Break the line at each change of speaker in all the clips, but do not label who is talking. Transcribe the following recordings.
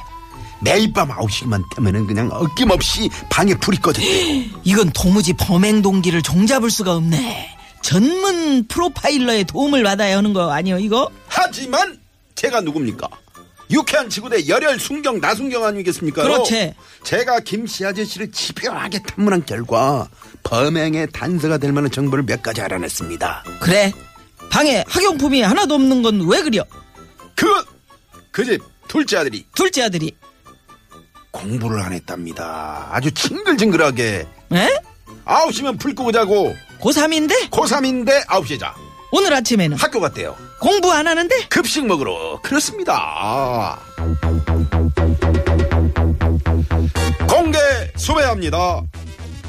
매일 밤 9시만 되면은 그냥 어김없이 방에 불이 꺼졌대요.
이건 도무지 범행 동기를 종잡을 수가 없네. 전문 프로파일러의 도움을 받아야 하는 거 아니요 이거?
하지만 제가 누굽니까? 유쾌한 지구대 열혈 순경 나순경 아니겠습니까?
그렇지.
제가 김씨 아저씨를 집요하게 탐문한 결과 범행의 단서가 될 만한 정보를 몇 가지 알아냈습니다.
그래 방에 학용품이 하나도 없는 건 왜 그려?
그, 그 집 둘째 아들이
둘째 아들이
공부를 안 했답니다. 아주 징글징글하게.
에?
9시면 불 끄고 자고
고3인데
고3인데 9시에 자.
오늘 아침에는
학교 갔대요.
공부 안 하는데
급식 먹으러 그렇습니다. 공개 수배합니다.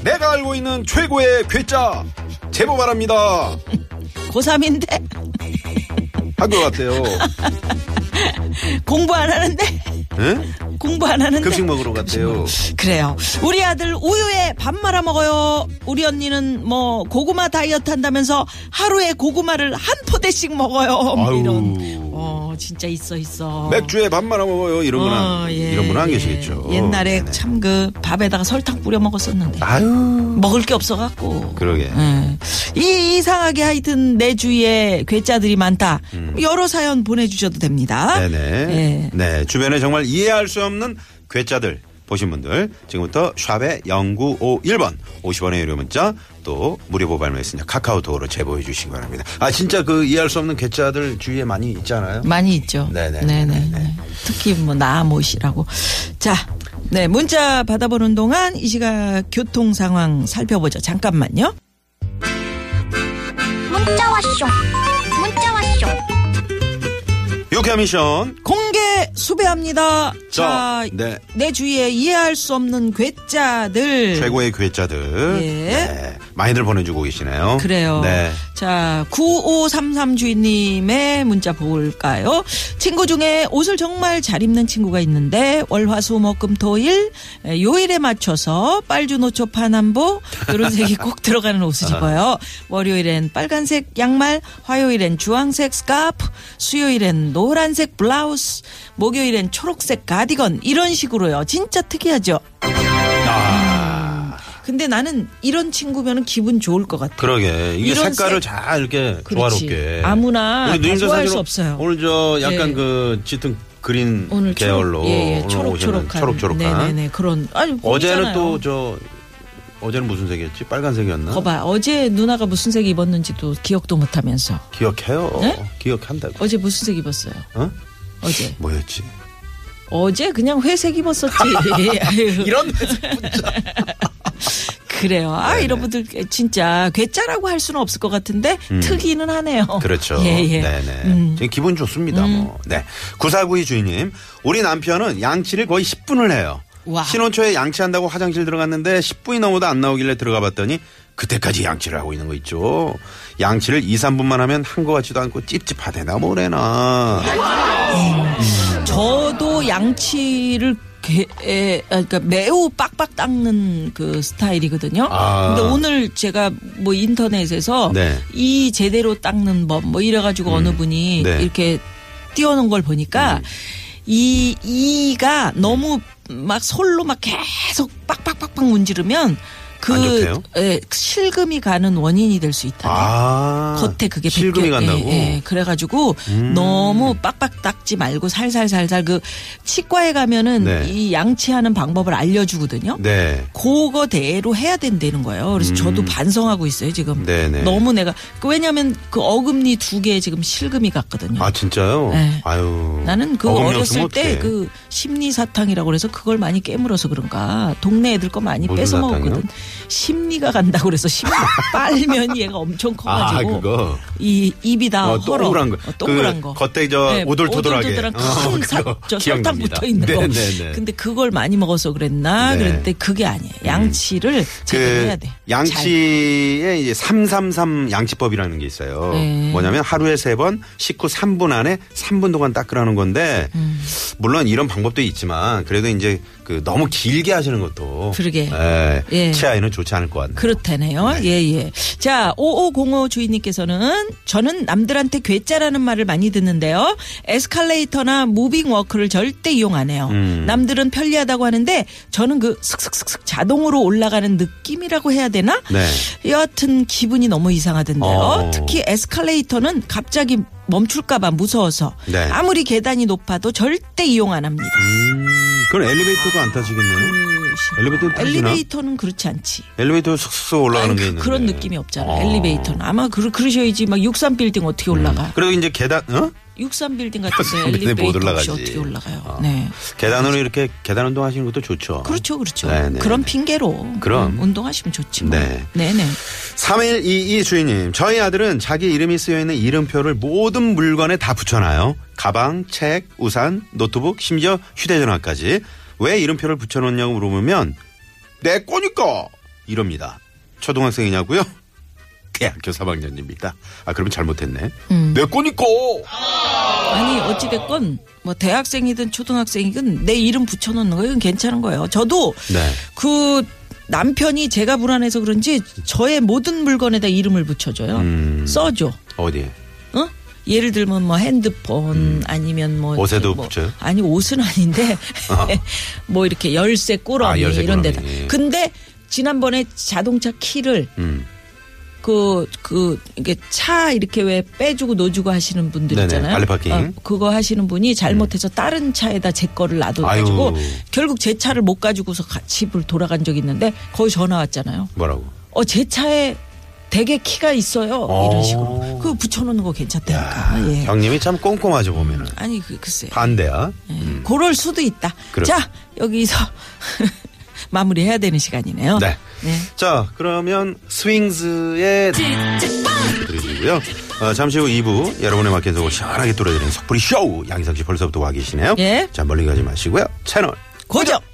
내가 알고 있는 최고의 괴짜 제보 바랍니다.
고3인데
학교 갔대요.
공부 안 하는데
응?
공부 안 하는데
급식 먹으러 갔대요.
그래요 우리 아들 우유에 밥 말아 먹어요 우리 언니는 뭐 고구마 다이어트 한다면서 하루에 고구마를 한 포대씩 먹어요
아유.
이런 어, 어, 진짜 있어 있어.
맥주에 밥 말아 먹어요. 이런 분은
어,
안-
예,
이런 분은 안
예.
계시겠죠.
옛날에
네네.
참 그 밥에다가 설탕 뿌려 먹었었는데
아유
먹을 게 없어갖고.
그러게.
예. 이 이상하게 하여튼 내 주위에 괴짜들이 많다. 여러 사연 보내주셔도 됩니다.
음. 네네.
예.
네. 주변에 정말 이해할 수 없는 괴짜들 보신 분들 지금부터 샵의 0951번 50원의 유료 문자 또 무료 모바일 메신저 카카오톡으로 제보해 주시기 바랍니다. 아 진짜 그 이해할 수 없는 괴짜들 주위에 많이 있잖아요.
많이 있죠.
네네.
네네. 특히 뭐 나못이라고. 자, 네 문자 받아보는 동안 이 시각 교통 상황 살펴보죠. 잠깐만요.
문자 왔쇼 문자 왔쇼
유쾌 미션
공개 수배합니다. 자,
자, 네.
내 주위에 이해할 수 없는 괴짜들.
최고의 괴짜들
예.
네. 많이들 보내주고 계시네요.
그래요.
네.
자, 9533 주인님의 문자 볼까요? 친구 중에 옷을 정말 잘 입는 친구가 있는데 월화수목금토일 요일에 맞춰서 빨주노초 파남보 이런 색이 꼭 들어가는 옷을 입어요. 월요일엔 빨간색 양말, 화요일엔 주황색 스카프, 수요일엔 노란색 블라우스, 목요일엔 초록색 가디건 이런 식으로요. 진짜 특이하죠.
아.
근데 나는 이런 친구면은 기분 좋을 것 같아.
그러게 이게
이런
색깔을
색-
잘 이렇게
그렇지.
조화롭게
아무나
우리
다
누님들
좋아할 수
사진으로
없어요.
오늘 저 약간
예.
그 짙은 그린
오늘
계열로
초록, 예, 예,
오늘 오셨는
초록초록한
초록초록한
네네네 그런 아니
어제는
보이잖아요.
또 저 어제는 무슨 색이었지 빨간색이었나
거봐 어제 누나가 무슨 색 입었는지도 기억도 못하면서
기억해요
네?
기억한다고
어제 무슨 색 입었어요
어?
어제
뭐였지
어제 그냥 회색 입었었지 이런 그래요 아 여러분들 진짜 괴짜라고 할 수는 없을 것 같은데 특이는 하네요
음. 그렇죠.
예예 음.
네네. 지금 기분 좋습니다. 뭐. 네. 9492 주인님. 우리 남편은 양치를 거의 10분을 해요.
와.
신혼 초에 양치한다고 화장실 들어갔는데 10분이 넘어도 안 나오길래 들어가 봤더니 그때까지 양치를 하고 있는 거 있죠. 양치를 2, 3분만 하면 한 거 같지도 않고 찝찝하대나 뭐래나.
저도 양치를 개, 에, 아, 그러니까 매우 빡빡 닦는 그 스타일이거든요.
아.
근데 오늘 제가 뭐 인터넷에서
네.
이 제대로 닦는 법 뭐 이래가지고 어느 분이
네. 음.
이렇게 띄워놓은 걸 보니까 이 이가 너무 막 솔로 막 계속 빡빡빡빡 문지르면
안
그
좋대요?
에, 실금이 가는 원인이 될 수 있다.
아.
겉에 그게
실금이
벗겨-
간다고. 음.
예, 예. 그래가지고 너무 빡빡 닦지 말고 살살살살 그 치과에 가면은
네.
이 양치하는 방법을 알려주거든요.
네.
그거대로 해야 된다는 거예요. 그래서 저도 반성하고 있어요 지금.
음. 네네.
너무 내가 그 왜냐하면 그 어금니 두 개에 지금 실금이 갔거든요.
아 진짜요?
네.
아유.
나는 그
어금니
어렸을
없으면
때
어떡해.
그 심리 사탕이라고 그래서 그걸 많이 깨물어서 그런가 동네 애들 거 많이
무슨
뺏어
사탕이요?
먹었거든. 심리가 간다고 그래서 심리 빨면 얘가 엄청
아
커가지고
그거.
이 입이 다
어,
헐어.
동그란 거.
어, 동그란
그
거. 네,
겉에 저 오돌토돌하게.
오돌토돌한
어,
큰 사,
그거
저 설탕
기억납니다.
붙어 있는
네,
거.
네, 네.
근데 그걸 많이 먹어서 그랬나?
네. 음.
그랬는데 그게 아니에요. 양치를 제대로
그
해야 돼. 잘.
양치에 이제 333 양치법이라는 게 있어요.
네.
뭐냐면 하루에 세 번 식후 3분 안에 3분 동안 닦으라는 건데
음.
물론 이런 방법도 있지만 그래도 이제 그 너무 길게 하시는 것도
그러게.
예,
예.
치아에는 좋지 않을 것 같네요.
그렇다네요. 예, 예. 자, 5505 주인님께서는 저는 남들한테 괴짜라는 말을 많이 듣는데요. 에스컬레이터나 무빙 워크를 절대 이용 안 해요.
음.
남들은 편리하다고 하는데 저는 그 슥슥슥슥 자동으로 올라가는 느낌이라고 해야 되나?
네.
여하튼 기분이 너무 이상하던데요.
어.
특히 에스컬레이터는 갑자기 멈출까봐 무서워서
네. 음.
아무리 계단이 높아도 절대 이용 안 합니다. 음.
그럼 엘리베이터도 안 타시겠네요. 엘리베이터는 타시나?
엘리베이터는 그렇지 않지.
엘리베이터 슥슥 올라가는
아니,
게
그-
있는데.
그런 느낌이 없잖아.
어.
엘리베이터는 아마 그, 그러셔야지 막 63빌딩 어떻게 올라가?
그리고 이제 계단 어?
63빌딩
육삼
같은데
빌딩에 못
엘리베이터
올라가지.
없이 어떻게 올라가요?
어.
네.
계단으로 이렇게 계단 운동 하시는 것도 좋죠.
그렇죠, 그렇죠.
네, 네,
그런
네.
핑계로
그럼.
음, 운동하시면 좋지. 뭐.
네.
네, 네.
3122 주인님, 저희 아들은 자기 이름이 쓰여있는 이름표를 모든 물건에 다 붙여놔요. 가방, 책, 우산, 노트북, 심지어 휴대전화까지. 왜 이름표를 붙여놓냐고 물어보면, 내 거니까! 이럽니다. 초등학생이냐고요? 대학교 3학년입니다. 아, 그러면 잘못했네. 내 거니까!
아니 어찌됐건 뭐 대학생이든 초등학생이든 내 이름 붙여놓는 거 이건 괜찮은 거예요. 저도
네.
그 남편이 제가 불안해서
음.
그런지 저의 모든 물건에다 이름을 붙여줘요. 써줘.
어디?
어? 예를 들면 뭐 핸드폰 아니면 뭐
음. 옷에도
뭐-
붙여요? 어.
아니 옷은 아닌데 뭐 이렇게 열쇠 꾸러미
아, 열쇠
이런
꾸러미.
데다.
예.
근데 지난번에 자동차 키를
음.
그, 그, 이게 차 이렇게 왜 빼주고 놓주고 하시는 분들
네네,
있잖아요. 어,
빨래 파킹. 음.
그거 하시는 분이 잘못해서 다른 차에다 제 거를 놔둬가지고
아유.
결국 제 차를 못 가지고서 가- 집을 돌아간 적이 있는데 거의 전화 왔잖아요.
뭐라고?
어, 제 차에 되게 키가 있어요.
어.
이런 식으로. 그거 붙여놓는 거 괜찮다니까. 예.
형님이 참 꼼꼼하죠 보면은.
아니, 그, 글쎄요.
반대야.
그럴 수도 있다.
그래요.
자, 여기서 마무리해야 되는 시간이네요.
네.
네.
자, 그러면 스윙즈의 드리고요. 어, 잠시 후 2부 여러분의 마켓에서 오고 시원하게 뚫어드리는 석불이 쇼 양희석 씨 벌써부터 와 계시네요.
예.
자, 멀리 가지 마시고요. 채널
고정!